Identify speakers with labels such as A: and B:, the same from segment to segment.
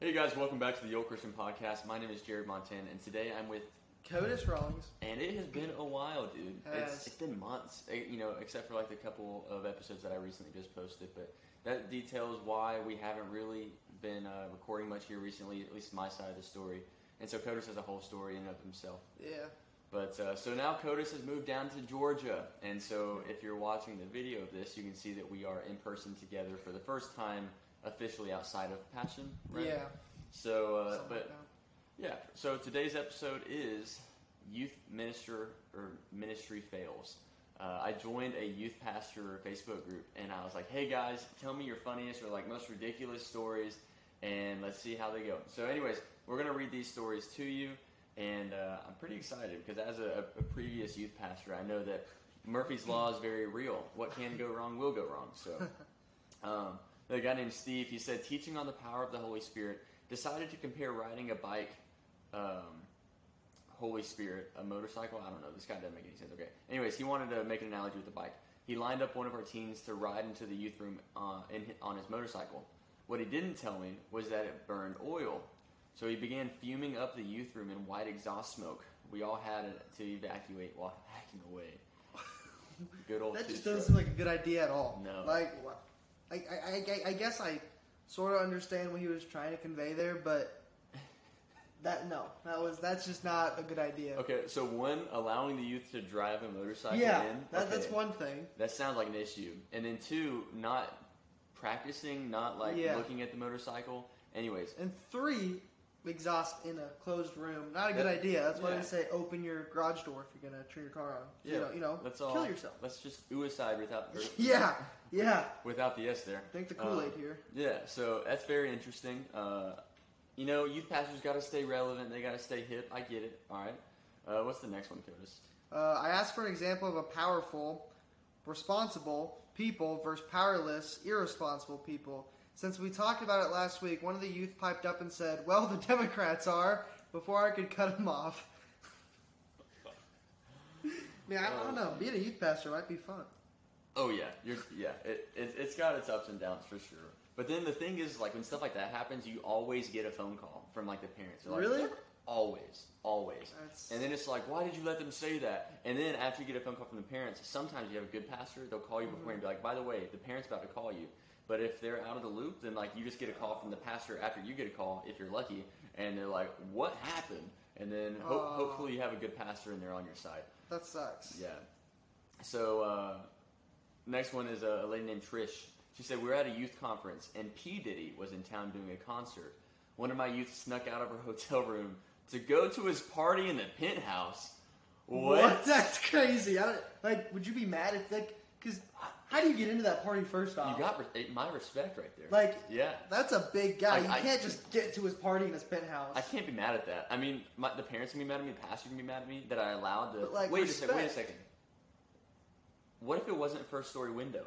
A: Hey guys, welcome back to the Yo Christian Podcast. My name is Jared Montan, and today I'm with,
B: CODIS Rawlings.
A: and it has been a while, dude. It's,
B: Has.
A: it's been months, eh, you know, except for like the couple of episodes that I recently just posted. But that details why we haven't really been uh, recording much here recently, at least my side of the story. And so Codis has a whole story in and of himself.
B: Yeah.
A: But uh, so now CODIS has moved down to Georgia, and so if you're watching the video of this, you can see that we are in person together for the first time officially outside of Passion, right?
B: Yeah.
A: So, uh,
B: something
A: but
B: like that.
A: yeah. So today's episode is youth minister or ministry fails. Uh, I joined a youth pastor Facebook group, and I was like, "Hey guys, tell me your funniest or like most ridiculous stories, and let's see how they go." So, anyways, we're gonna read these stories to you, and uh, I'm pretty excited because as a, a previous youth pastor, I know that Murphy's Law is very real. What can go wrong will go wrong. So. Um, a guy named Steve, he said, teaching on the power of the Holy Spirit, decided to compare riding a bike, um, Holy Spirit, a motorcycle. I don't know. This guy doesn't make any sense. Okay. Anyways, he wanted to make an analogy with the bike. He lined up one of our teens to ride into the youth room uh, in, on his motorcycle. What he didn't tell me was that it burned oil. So he began fuming up the youth room in white exhaust smoke. We all had to evacuate while hacking away. Good old
B: That just
A: two-stroke.
B: doesn't seem like a good idea at all.
A: No.
B: Like, wha- I, I, I, I guess I sort of understand what he was trying to convey there, but that no, that was that's just not a good idea.
A: Okay, so one allowing the youth to drive a motorcycle
B: yeah,
A: in.
B: that,
A: okay,
B: that's one thing.
A: That sounds like an issue. And then two, not practicing, not like
B: Yeah.
A: looking at the motorcycle. Anyways,
B: And three, exhaust in a closed room. Not a good
A: That-
B: idea. That's why
A: yeah.
B: they say open your garage door if you're gonna turn your car on.
A: yeah,
B: You know, you know
A: let's
B: kill
A: all
B: yourself.
A: Let's just suicide without or-
B: yeah, yeah.
A: without the S there.
B: Drink the
A: Um,
B: Kool Aid here.
A: Yeah, so that's very interesting. Uh, you know, youth pastors got to stay relevant. They got to stay hip. I get it. All right. Uh, what's the next one, Curtis?
B: Uh, I asked for an example of a powerful, responsible people versus powerless, irresponsible people. Since we talked about it last week, one of the youth piped up and said, Well, the Democrats are, before I could cut him off. Man, I don't know. Being a youth pastor might be fun.
A: Oh yeah, you're yeah. It, it it's got its ups and downs for sure. But then the thing is, like when stuff like that happens, you always get a phone call from like the parents. They're like,
B: Really?
A: Always, always.
B: That's-
A: And then it's like, why did you let them say that? And then after you get a phone call from the parents, sometimes you have a good pastor. They'll call you
B: Mm-hmm.
A: before and be like, by the way, the parents about to call you. But if they're out of the loop, then like you just get a call from the pastor after you get a call, if you're lucky, and they're like, what happened? And then ho-
B: Oh.
A: hopefully you have a good pastor and they're on your side.
B: That sucks.
A: Yeah. So uh, next one is a, a lady named Trish. She said we were at a youth conference and P Diddy was in town doing a concert. One of my youth snuck out of her hotel room to go to his party in the penthouse. What?
B: That's crazy. I don't, like, would you be mad if, like, because how do you get into that party first off?
A: You got re- eh, my respect right there.
B: Like-
A: yeah.
B: That's a big guy.
A: Like,
B: you
A: I-
B: can't just get to his party in his penthouse.
A: I can't be mad at that. I mean, my, the parents can be mad at me, the pastor can be mad at me that I allowed the.
B: But, like,
A: wait a second. Wait a
B: respect.
A: second. What if it wasn't first story window?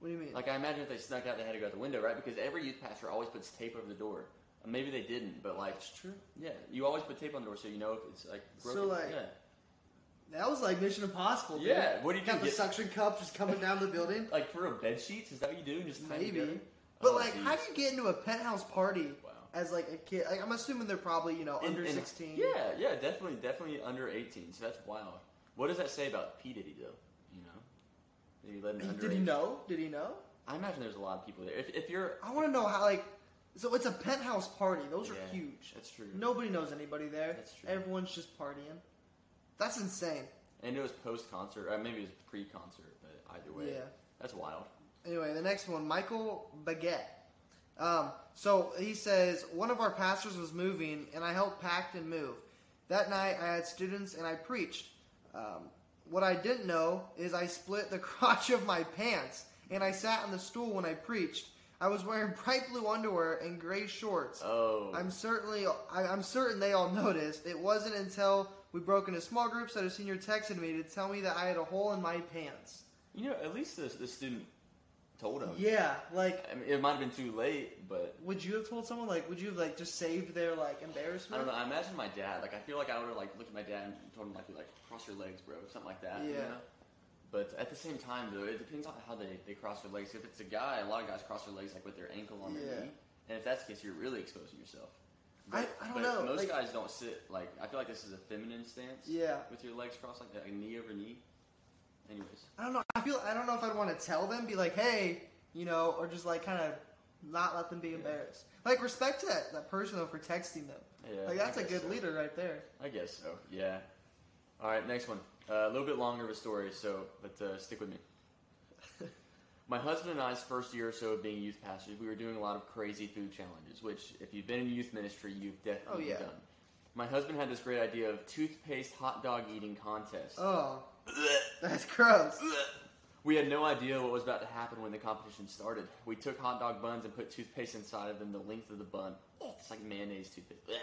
B: what do you mean?
A: Like I imagine if they snuck out, they had to go out the window, right? Because every youth pastor always puts tape over the door. Uh, Maybe they didn't, but like,
B: That's true.
A: yeah, you always put tape on the door so you know if it's like
B: So,
A: broken.
B: like,
A: yeah.
B: That was like Mission Impossible. Dude.
A: Yeah, what do you
B: Got
A: do,
B: the
A: get- Oh,
B: suction cups just coming down the building.
A: like for a bed sheets, is that what you do? Just tie 'em together?
B: Maybe. But
A: Oh,
B: like, how do
A: geez.
B: you get into a penthouse party
A: Wow.
B: as like a kid? Like, I'm assuming they're probably you know
A: And-
B: under
A: and-
B: 16.
A: Yeah, yeah, definitely, definitely under eighteen. So that's wild. What does that say about P Diddy though? You know, That you let an
B: He- Did he
A: underage-
B: know? Did he know?
A: I imagine there's a lot of people there. If, if you're,
B: I want to know how like. So it's a penthouse party. Those
A: Yeah,
B: are huge.
A: That's true.
B: Nobody knows anybody there.
A: That's true.
B: Everyone's just partying. That's insane.
A: and it was post concert, or maybe it was pre concert, but either way,
B: Yeah.
A: that's wild.
B: Anyway, the next one, Michael Baguette. Um, so he says, one of our pastors was moving, and I helped pack and move. That night, I had students and I preached. Um, what I didn't know is I split the crotch of my pants, and I sat on the stool when I preached. I was wearing bright blue underwear and gray shorts.
A: Oh,
B: I'm certainly, I, I'm certain they all noticed. It wasn't until we broke into small groups that a senior texted me to tell me that I had a hole in my pants.
A: You know, at least the, the student told him.
B: Yeah, like
A: I mean, it might have been too late, but
B: Would you have told someone like? Would you have like just saved their like
A: I
B: embarrassment?
A: don't know. I imagine my dad. Like, I feel like I would have like looked at my dad and told him like, like cross your legs, bro, something like that. You
B: Yeah.
A: know? But at the same time, though, it depends on how they, they cross their legs. If it's a guy, a lot of guys cross their legs like with their ankle on their
B: Yeah.
A: knee, And if that's the case, you're really exposing yourself.
B: I- I don't
A: but
B: know,
A: Most
B: like-
A: guys don't sit like I feel like this is a feminine stance.
B: Yeah.
A: With your legs crossed like that, like knee over knee. Anyways,
B: I don't know. I feel I don't know if I'd want to tell them, be like, hey, you know, or just like kind of not let them be embarrassed. Like respect to that, that person though for texting them.
A: Yeah,
B: like that's
A: I
B: a
A: guess
B: good
A: so.
B: leader right there.
A: I guess so. Yeah. All right, next one. Uh, a little bit longer of a story, so but uh, stick with me. My husband and I's first year or so of being youth pastors, we were doing a lot of crazy food challenges, which, if you've been in youth ministry, you've definitely
B: Oh, yeah.
A: done. My husband had this great idea of toothpaste hot dog eating contest.
B: Oh, that's gross.
A: We had no idea what was about to happen when the competition started. We took hot dog buns and put toothpaste inside of them the length of the bun. Oh, It's like mayonnaise toothpaste.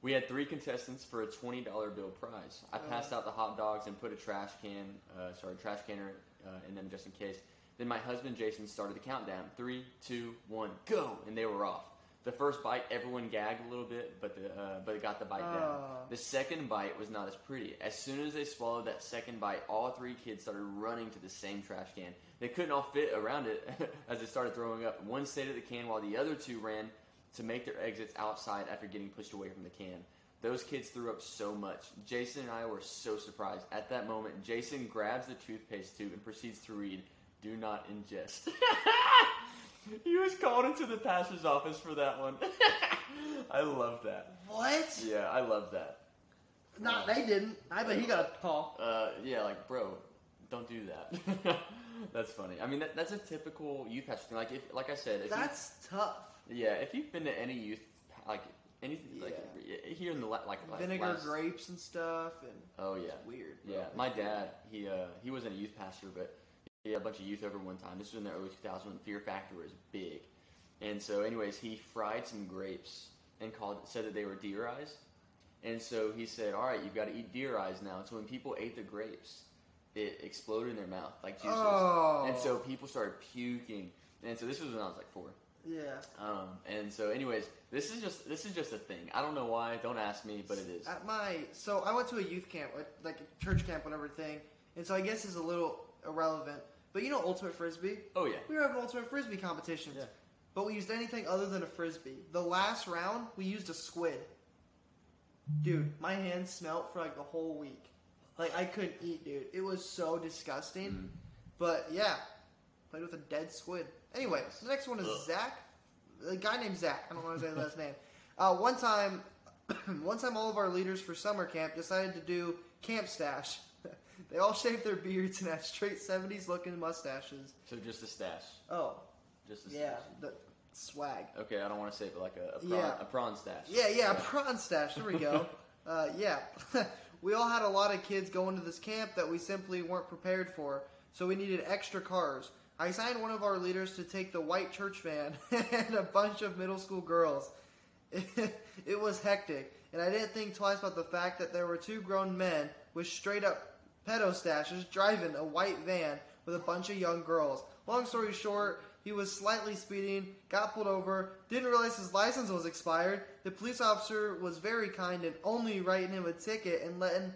A: We had three contestants for a $20 bill prize. I passed out the hot dogs and put a trash can, uh, sorry, trash canner uh, in them just in case. Then my husband Jason started the countdown. Three, two, one, go! And they were off. The first bite, everyone gagged a little bit, but the uh, but it got the bite down.
B: Oh.
A: The second bite was not as pretty. As soon as they swallowed that second bite, all three kids started running to the same trash can. They couldn't all fit around it as they started throwing up. One stayed at the can while the other two ran to make their exits outside after getting pushed away from the can. Those kids threw up so much. Jason and I were so surprised. At that moment, Jason grabs the toothpaste tube and proceeds to read, Do not ingest. he was called into the pastor's office for that one. I love that.
B: What?
A: Yeah, I love that.
B: Nah, they didn't. I bet he got a call.
A: Uh, yeah, like, bro, don't do that. that's funny. I mean, that, that's a typical youth pastor thing. Like, if, like I said, if
B: That's tough.
A: you, yeah, if you've been to any youth, like anything, like here in the la- like like
B: Vinegar,
A: last-
B: grapes, and stuff, and
A: Oh yeah,
B: it's weird. bro.
A: yeah. My dad, he uh, he wasn't a youth pastor, but he had a bunch of youth over one time. This was in the early 2000s when Fear Factor was big, and so, anyways, he fried some grapes and called said that they were deer eyes, and so he said, "All right, you've got to eat deer eyes now." So when people ate the grapes, it exploded in their mouth like juices,
B: Oh.
A: and so people started puking. And so this was when I was like four.
B: yeah.
A: Um, and so, anyways, this is just this is just a thing. I don't know why. Don't ask me, but it is.
B: At my so I went to a youth camp, like- like a church camp, whatever thing, and so I guess it's a little irrelevant. But you know, ultimate frisbee.
A: Oh yeah.
B: We were having ultimate frisbee competitions,
A: Yeah.
B: but we used anything other than a frisbee. The last round, we used a squid. Dude, my hands smelt for like the whole week. Like I couldn't eat, dude. It was so disgusting.
A: Mm.
B: But yeah, played with a dead squid. Anyway, the next one is
A: Ugh.
B: Zach, a guy named Zach. I don't want to say his last name. Uh, one time, one time, all of our leaders for summer camp decided to do camp stash. they all shaved their beards and had straight seventies looking mustaches.
A: So just a stash.
B: Oh,
A: Just a
B: yeah,
A: stash.
B: the swag.
A: Okay, I don't want to say it, but like a, a, prawn,
B: Yeah.
A: a prawn stash.
B: Yeah, yeah, prawn stash. There we go. uh, yeah, we all had a lot of kids going to this camp that we simply weren't prepared for, so we needed extra cars. I signed one of our leaders to take the white church van and a bunch of middle school girls. it was hectic, and I didn't think twice about the fact that there were two grown men with straight up pedo stashes driving a white van with a bunch of young girls. Long story short, he was slightly speeding, got pulled over, didn't realize his license was expired. The police officer was very kind and only writing him a ticket and letting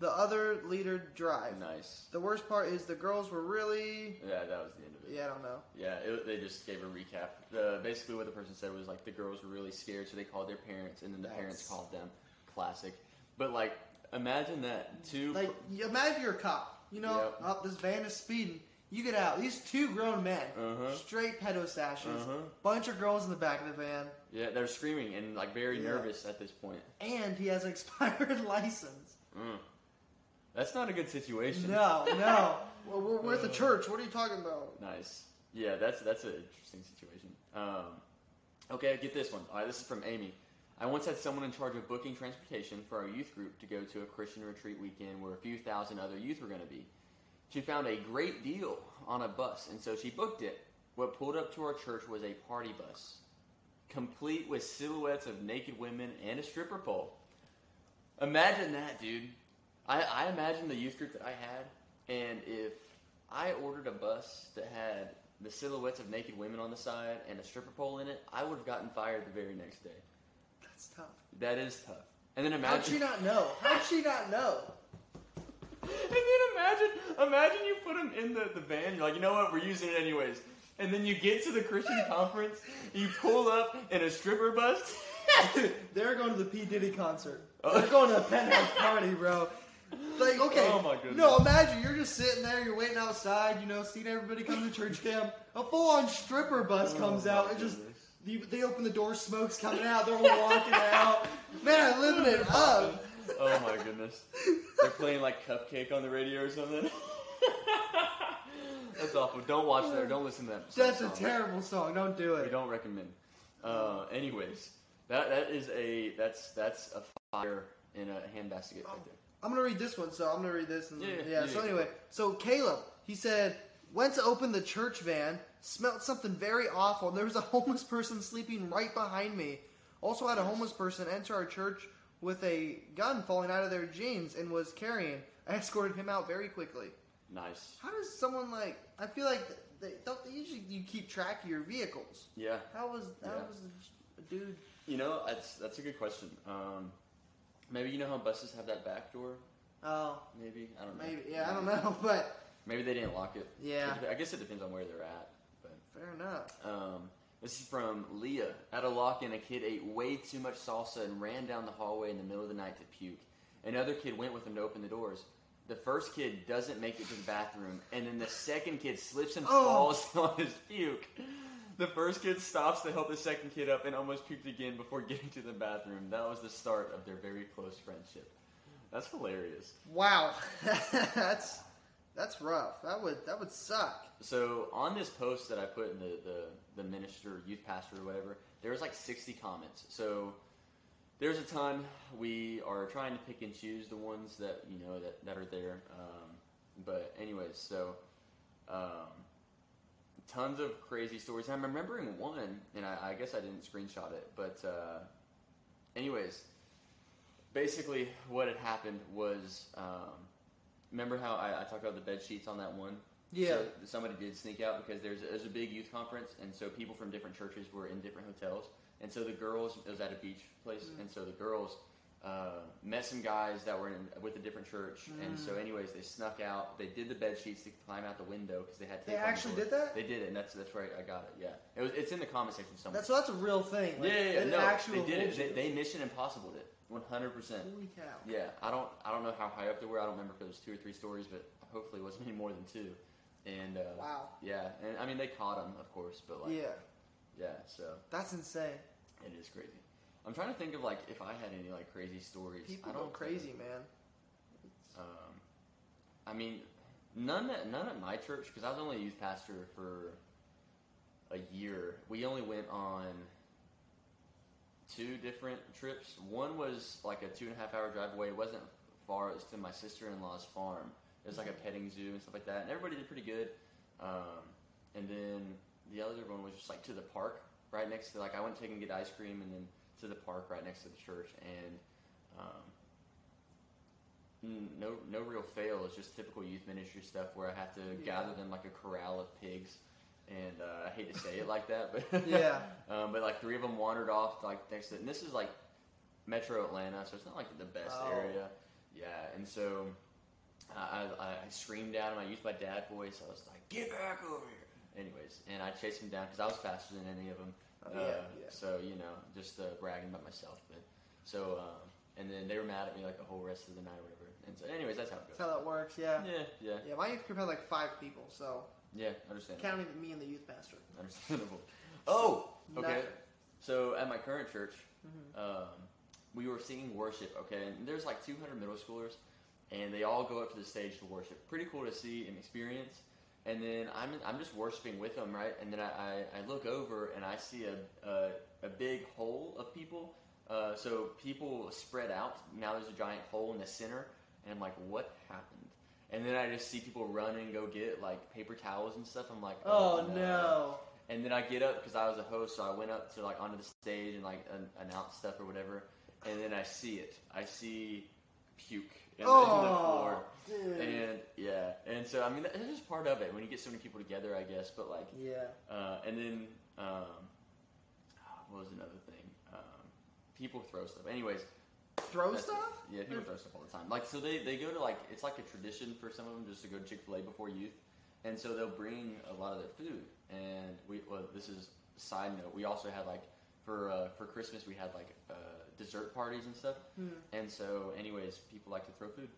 B: the other leader drive.
A: Nice.
B: The worst part is the girls were really.
A: Yeah, that was the end of it.
B: Yeah, I don't know.
A: Yeah, it, they just gave a recap. The, basically, what the person said was like the girls were really scared, so they called their parents, and then the parents
B: That's-
A: called them. Classic. But like, imagine that two.
B: Like, you- imagine you're a cop. You know,
A: Yep.
B: oh, this van is speeding. You get out. These two grown men,
A: Uh-huh.
B: straight pedo stashes,
A: Uh-huh.
B: bunch of girls in the back of the van,
A: yeah, they're screaming and like very
B: Yeah.
A: nervous at this point.
B: and he has an expired license.
A: Mm. That's not a good situation.
B: No, no. Well, we're, we're at the church. What are you talking about?
A: Nice. Yeah, that's that's an interesting situation. Um, okay, get this one. All right, this is from Amy. I once had someone in charge of booking transportation for our youth group to go to a Christian retreat weekend where a few thousand other youth were going to be. She found a great deal on a bus, and so she booked it. What pulled up to our church was a party bus, complete with silhouettes of naked women and a stripper pole. Imagine that, dude. I, I imagine the youth group that I had, and if I ordered a bus that had the silhouettes of naked women on the side and a stripper pole in it, I would have gotten fired the very next day.
B: That's tough.
A: That is tough. And then
B: How'd she
A: imagine,
B: not know? How'd she not know?
A: and then imagine, imagine you put them in the, the van. You're like, you know what? We're using it anyways. And then you get to the Christian conference, you pull up in a stripper bus.
B: They're going to the P Diddy concert.
A: Oh.
B: They're going to a penthouse party, bro. Like, okay,
A: Oh my goodness.
B: no, imagine you're just sitting there, you're waiting outside, you know, seeing everybody come to church camp. A full-on stripper bus
A: Oh
B: comes
A: my
B: out. It just
A: goodness.
B: you, they open the door, smoke's coming out. They're all walking out. Man, living it up.
A: oh my goodness. They're playing like Cupcake on the radio or something. That's awful. Don't watch that or don't listen to that.
B: That's a
A: song.
B: terrible song. Don't do
A: We
B: it.
A: don't recommend. Uh, anyways, that that is a that's that's a fire in a handbasket right there.
B: I'm gonna read this one, so I'm gonna read this. And,
A: Yeah,
B: yeah,
A: yeah, yeah,
B: So
A: yeah.
B: anyway, so Caleb, he said, went to open the church van, smelled something very awful, and there was a homeless person sleeping right behind me. Also had a homeless person enter our church with a gun falling out of their jeans and was carrying. I escorted him out very quickly.
A: Nice.
B: How does someone like? I feel like they don't. They usually you keep track of your vehicles.
A: Yeah.
B: How was how
A: Yeah.
B: was the dude?
A: You know that's that's a good question. Um, maybe you know how buses have that back door.
B: Oh,
A: Maybe I don't know.
B: maybe. Yeah, I don't know, but
A: Maybe they didn't lock it.
B: Yeah.
A: I guess it depends on where they're at. But
B: fair enough.
A: um, this is from Leah. At a lock-in, a kid ate way too much salsa and ran down the hallway in the middle of the night to puke. Another kid went with him to open the doors. The first kid doesn't make it to the bathroom, and then the second kid slips and
B: Oh.
A: falls on his puke. The first kid stops to help the second kid up and almost puked again before getting to the bathroom. That was the start of their very close friendship. That's hilarious.
B: Wow, that's that's rough. That would that would suck.
A: So on this post that I put in the, the, the minister, youth pastor, or whatever, there was like 60 comments. So there's a ton. We are trying to pick and choose the ones that you know that, that are there. Um, but anyways, so um, tons of crazy stories. I'm remembering one, and I, I guess I didn't screenshot it. But uh, anyways, basically what had happened was, um, remember how I, I talked about the bed sheets on that one?
B: Yeah.
A: So somebody did sneak out because there's there's a big youth conference, and so people from different churches were in different hotels, and so the girls it was at a beach place, and so the girls uh, met some guys that were in with a different church, and
B: Mm.
A: so anyways they snuck out. They did the bed sheets to climb out the window because they had.
B: They
A: tape on the
B: actually
A: door.
B: did that?
A: They did it, and that's that's where I got it. Yeah, it was it's in the comment section somewhere.
B: That's that's a real thing. Like,
A: yeah, yeah, yeah.
B: an
A: no,
B: actual
A: they did it. They,
B: bullshit.
A: they mission impossible it, one hundred percent.
B: Holy cow!
A: Yeah, I don't I don't know how high up they were. I don't remember if it was two or three stories, but hopefully it wasn't any more than two. And uh,
B: Wow.
A: yeah, and I mean they caught him, of course, but like
B: Yeah,
A: yeah, so
B: that's insane.
A: it is crazy. I'm trying to think of like if I had any like crazy stories.
B: People
A: I don't
B: go
A: think-
B: crazy, man.
A: um, I mean, none at, none at my church because I was only a youth pastor for a year. We only went on two different trips. One was like a two and a half hour drive away. It wasn't far. It was to my sister in law's farm. It was like a petting zoo and stuff like that. And everybody did pretty good. Um, and then the other one was just like to the park right next to like I went to take and get ice cream and then to the park right next to the church and. Um, n- no, no real fail. It's just typical youth ministry stuff where I have to
B: Yeah.
A: gather them like a corral of pigs, and uh, I hate to say it like that, but
B: Yeah.
A: um, but like three of them wandered off like next to, and this is like Metro Atlanta, so it's not like the best
B: Oh.
A: area. Yeah, and so I, I, I screamed at him. I used my dad voice. I was like, "Get back over here!" Anyways, and I chased him down because I was faster than any of them.
B: Oh,
A: Uh,
B: yeah, yeah.
A: So you know, just uh, bragging about myself. But so um, and then they were mad at me like the whole rest of the night or whatever. And so, anyways, that's how it
B: That's
A: goes.
B: how that works. Yeah.
A: Yeah, yeah,
B: Yeah, my youth group had like five people, so
A: yeah. Understandable.
B: counting me and the youth pastor.
A: Understandable. Oh, okay.
B: Nothing.
A: So at my current church,
B: Mm-hmm.
A: um, we were singing worship. Okay, and there's like 200 middle schoolers, and they all go up to the stage to worship. Pretty cool to see and experience. And then I'm I'm just worshiping with them, right? And then I, I, I look over and I see a a, a big hole of people. Uh, so people spread out. Now there's a giant hole in the center, and I'm like, what happened? And then I just see people run and go get like paper towels and stuff. I'm like,
B: Oh no!
A: and then I get up because I was a host, so I went up to like onto the stage and like an- announce stuff or whatever. And then I see it. I see puke in the- in the
B: Oh,
A: floor.
B: dude.
A: And yeah, and so I mean that's just part of it when you get so many people together, I guess. But like,
B: yeah.
A: uh, and then um, ah, what was another thing? Um, people throw stuff. Anyways,
B: Throw
A: that's it.
B: stuff? Hmm.
A: Yeah, people throw stuff all the time. Like so, they, they go to like it's like a tradition for some of them just to go to Chick Fil A before youth, and so they'll bring a lot of their food. And we, well, this is side note. We also had like for uh, for Christmas we had like uh, dessert parties and stuff.
B: Hmm.
A: And so, anyways, people like to throw food.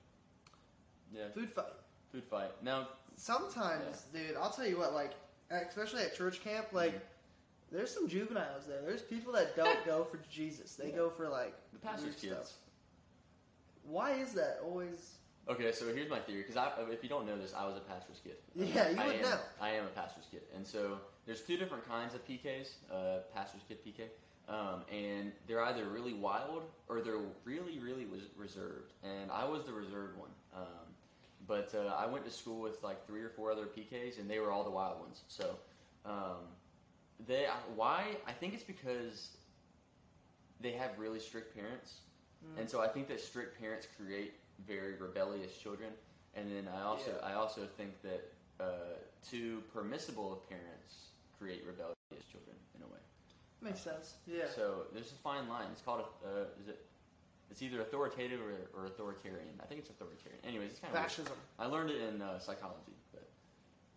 A: Yeah,
B: Food fight.
A: food fight. Now,
B: Sometimes, dude, I'll tell you what, like, especially at church camp, like,
A: Mhm.
B: there's some juveniles there. There's people that don't go for Jesus. They
A: Yeah.
B: go for, like,
A: the pastor's
B: weird
A: kids.
B: stuff. Why is that always.
A: Okay, so here's my theory. Because if you don't know this, I was a pastor's kid.
B: Yeah, you
A: I
B: would
A: am,
B: know.
A: I am a pastor's kid, and so there's two different kinds of PKs. Uh, pastor's kid PK, um, and they're either really wild or they're really, really was reserved. And I was the reserved one. Um, but uh, I went to school with like three or four other PKs, and they were all the wild ones. So um, they I- why? I think it's because they have really strict parents,
B: Hmm.
A: and so I think that strict parents create very rebellious children. And then I also
B: Yeah.
A: I also think that uh, too permissible of parents create rebellious children in a way.
B: Makes sense. Yeah.
A: So there's a fine line. It's called a, uh, is it? It's either authoritative or, or authoritarian. I think it's authoritarian. Anyways, it's kind of
B: Fascism.
A: I learned it in uh, psychology, but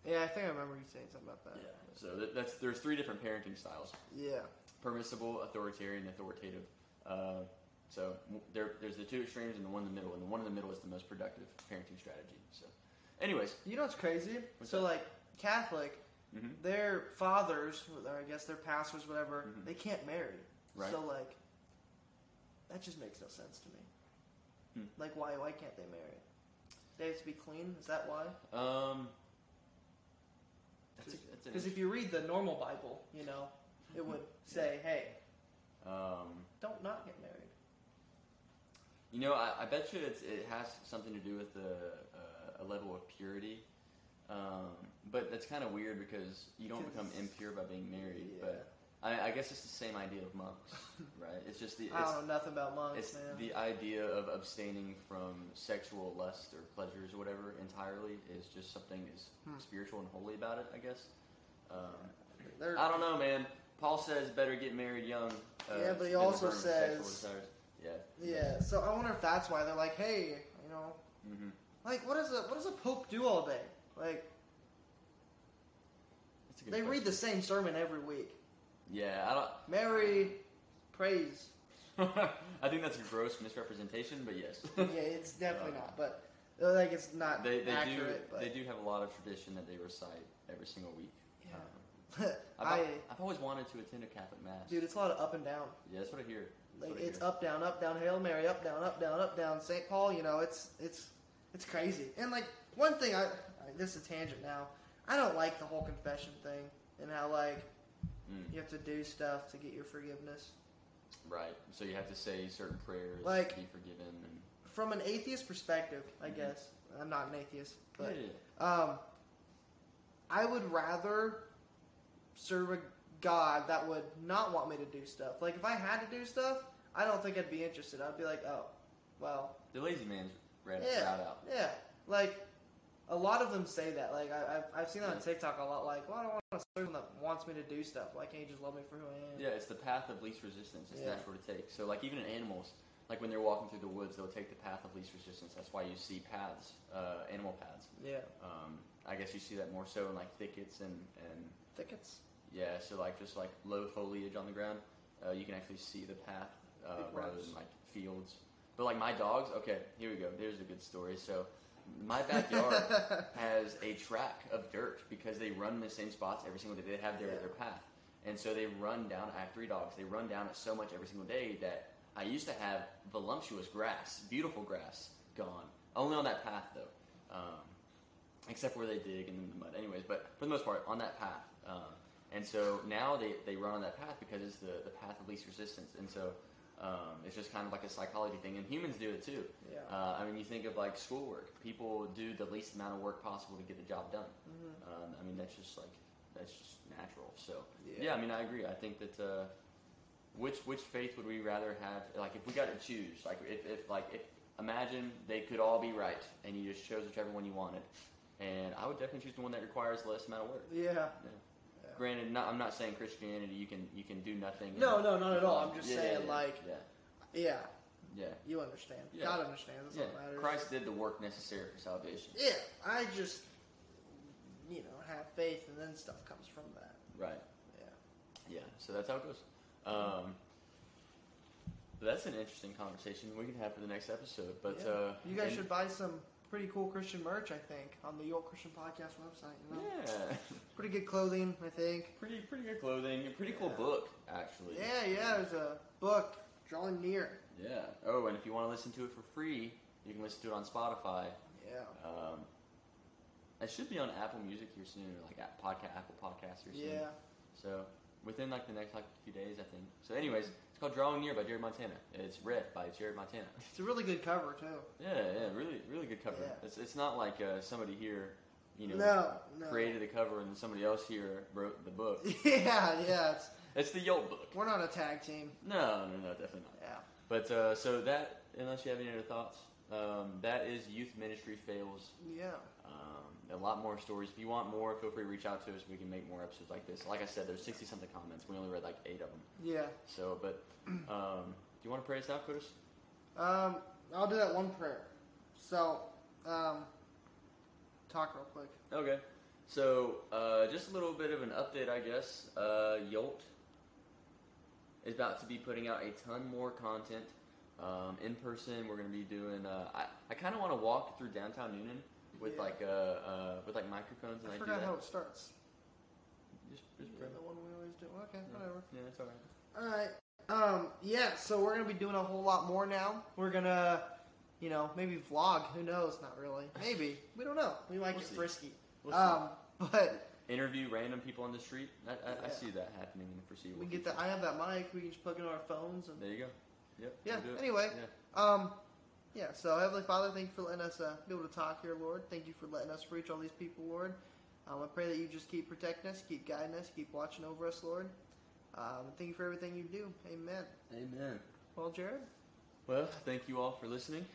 B: Yeah, I think I remember you saying something about that.
A: yeah. So that, that's there's three different parenting styles:
B: Yeah.
A: permissible, authoritarian, authoritative. Uh, so w- there, there's the two extremes and the one in the middle, and the one in the middle is the most productive parenting strategy. So, anyways,
B: You know what's crazy?
A: What's
B: so,
A: that?
B: like, Catholic,
A: Mhm.
B: their fathers, or I guess their pastors, whatever,
A: Mhm.
B: they can't marry.
A: Right.
B: So, like, that just makes no sense to me.
A: Hmm.
B: Like, why why can't they marry? They have to be clean. Is that why?
A: um, that's a, that's an
B: Because if you read the normal Bible, you know, it would say, "Hey,
A: um,
B: don't not get married."
A: You know, I, I bet you it's, it has something to do with the, uh, a level of purity. Um, but that's kind of weird because you don't become
B: Because-
A: impure by being married.
B: Yeah.
A: But I, I guess it's the same idea of monks, right? It's just the
B: I
A: it's,
B: don't know nothing about monks,
A: it's
B: man.
A: the idea of abstaining from sexual lust or pleasures or whatever entirely is just something is
B: Hmm.
A: spiritual and holy about it. I guess. Um,
B: They're-
A: I don't know, man. Paul says better get married young. Uh,
B: Yeah, but he
A: than to
B: also
A: burn with sexual
B: says-
A: desires. yeah,
B: yeah. So I wonder if that's why they're like, "Hey, you know,
A: hmm
B: like what does a what does a pope do all day? Like
A: That's a good
B: they read
A: question.
B: the same sermon every week.
A: Yeah, I don't.
B: Mary, praise.
A: I think that's a gross misrepresentation, but yes,
B: yeah, it's definitely not. But uh, like, it's not
A: they, they do
B: accurate. but
A: they do have a lot of tradition that they recite every single week.
B: Yeah.
A: Um, I've,
B: I,
A: al- I've always wanted to attend a Catholic mass.
B: dude, it's a lot of up and down.
A: Yeah, that's what I hear. That's
B: Like
A: what I
B: it's
A: hear.
B: up down up down Hail Mary up down up down up down St Paul. You know it's it's it's crazy. And like one thing I, I this is a tangent now. I don't like the whole confession thing and how like
A: Mm,
B: you have to do stuff to get your forgiveness.
A: right. So you have to say certain prayers
B: Like-
A: to be forgiven. And,
B: From an atheist perspective, I
A: Mhm.
B: guess I'm not an atheist, but
A: Yeah, yeah,
B: um, I would rather serve a God that would not want me to do stuff. Like if I had to do stuff, I don't think I'd be interested. I'd be like, oh, well,
A: yeah. the lazy man's ran
B: Yeah.
A: route out.
B: Yeah, like a lot of them say that. Like I, I've, I've seen that on
A: Yeah.
B: TikTok a lot. Like, well, I don't want to serve someone that wants me to do stuff. Why can't you just love me for who I am?
A: Yeah, it's the path of least resistance. It's
B: Yeah.
A: natural to take. So, like even in animals, like when they're walking through the woods, they'll take the path of least resistance. That's why you see paths, uh, animal paths.
B: Yeah,
A: Um, I guess you see that more so in like thickets and, and
B: thickets.
A: yeah, so like just like low foliage on the ground, uh, you can actually see the path uh,
B: Big
A: rather
B: rocks.
A: than like fields. But like my dogs, okay, here we go. There's a good story. So my backyard has a track of dirt because they run in the same spots every single day. They have their,
B: Yeah.
A: their path. And so they run down. I have three dogs. They run down it so much every single day that I used to have voluptuous grass, beautiful grass, gone. Only on that path, though. Um, except where they dig and in the mud. Anyways, but for the most part, on that path. Um, and so now they, they run on that path because it's the, the path of least resistance. And so um, it's just kind of like a psychology thing. And humans do it too.
B: Yeah.
A: Uh, I mean, you think of like schoolwork. People do the least amount of work possible to get the job done.
B: Mm-hmm.
A: Um, I mean, that's just like that's just natural. So
B: Yeah.
A: yeah, I mean, I agree. I think that uh, which which faith would we rather have? Like, if we got to choose, like if, if like if imagine they could all be right, and you just chose whichever one you wanted. And I would definitely choose the one that requires less amount of work.
B: yeah. Yeah.
A: Granted, not, I'm not saying Christianity you can you can do nothing.
B: No,
A: and-
B: no, not at all. I'm just
A: Yeah, yeah,
B: saying,
A: yeah,
B: like,
A: yeah,
B: yeah,
A: yeah.
B: you understand.
A: Yeah.
B: God understands. That's
A: Yeah,
B: what matters.
A: Christ did the work necessary for salvation.
B: Yeah, I just you know, have faith, and then stuff comes from that.
A: Right.
B: Yeah.
A: Yeah. So that's how it goes. Um, that's an interesting conversation we can have for the next episode. But
B: Yeah.
A: uh,
B: you guys
A: and-
B: should buy some pretty cool Christian merch, I think, on the York Christian Podcast website. You know?
A: Yeah.
B: Pretty good clothing, I think.
A: pretty pretty good clothing. A pretty cool
B: Yeah.
A: book actually.
B: Yeah, yeah. There's a book drawing near.
A: Yeah. Oh, and if you want to listen to it for free, you can listen to it on Spotify.
B: Yeah.
A: Um, it should be on Apple Music here soon, or like at podcast Apple Podcasts here soon.
B: Yeah.
A: So within like the next like few days, I think. So, anyways, it's called Drawing Near by Jared Montana. It's read by Jared Montana.
B: It's a really good cover too.
A: Yeah, yeah, really, really good cover.
B: Yeah.
A: It's it's not like uh, somebody here, you know,
B: no, no.
A: created the cover and then somebody else here wrote the book.
B: yeah, yeah. It's,
A: it's the Yolt book.
B: we're not a tag team.
A: No, no, no, definitely not.
B: Yeah.
A: But uh, so that, unless you have any other thoughts, um, that is Youth Ministry Fails.
B: Yeah.
A: Um, a lot more stories. If you want more, feel free to reach out to us. We can make more episodes like this. Like I said, there's 60 something comments. We only read like eight of them.
B: Yeah.
A: So, but um, do you want to pray us out, Curtis?
B: Um, I'll do that one prayer. So, um, talk real quick.
A: Okay. So, uh, just a little bit of an update, I guess. Uh, Yolt is about to be putting out a ton more content um, in person. We're going to be doing. Uh, I, I kind of want to walk through downtown Noonan with
B: Yeah.
A: like uh, uh, with like microphones and
B: I
A: like
B: forgot
A: do that.
B: how it starts.
A: Just,
B: Yeah,
A: just pray.
B: the one we always do. Okay, whatever.
A: Yeah, it's alright.
B: All right. Um, yeah. So we're gonna be doing a whole lot more now. We're gonna, you know, maybe vlog. Who knows? Not really. Maybe we don't know. We might
A: We'll
B: get
A: see.
B: frisky.
A: We'll see.
B: um, but
A: Interview random people on the street. I, I, I
B: Yeah.
A: see that happening in the foreseeable.
B: we get
A: future.
B: that. I have that mic. We can just plug in our phones and.
A: There you go. Yep.
B: Yeah,
A: we'll do it.
B: anyway.
A: Yeah.
B: Um, yeah, so Heavenly Father, thank you for letting us uh, be able to talk here, Lord. Thank you for letting us reach all these people, Lord. Um, I pray that you just keep protecting us, keep guiding us, keep watching over us, Lord. Um, thank you for everything you do. Amen.
A: Amen.
B: Well, Jared,
A: Well, thank you all for listening.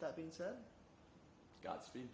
B: that being said,
A: Godspeed.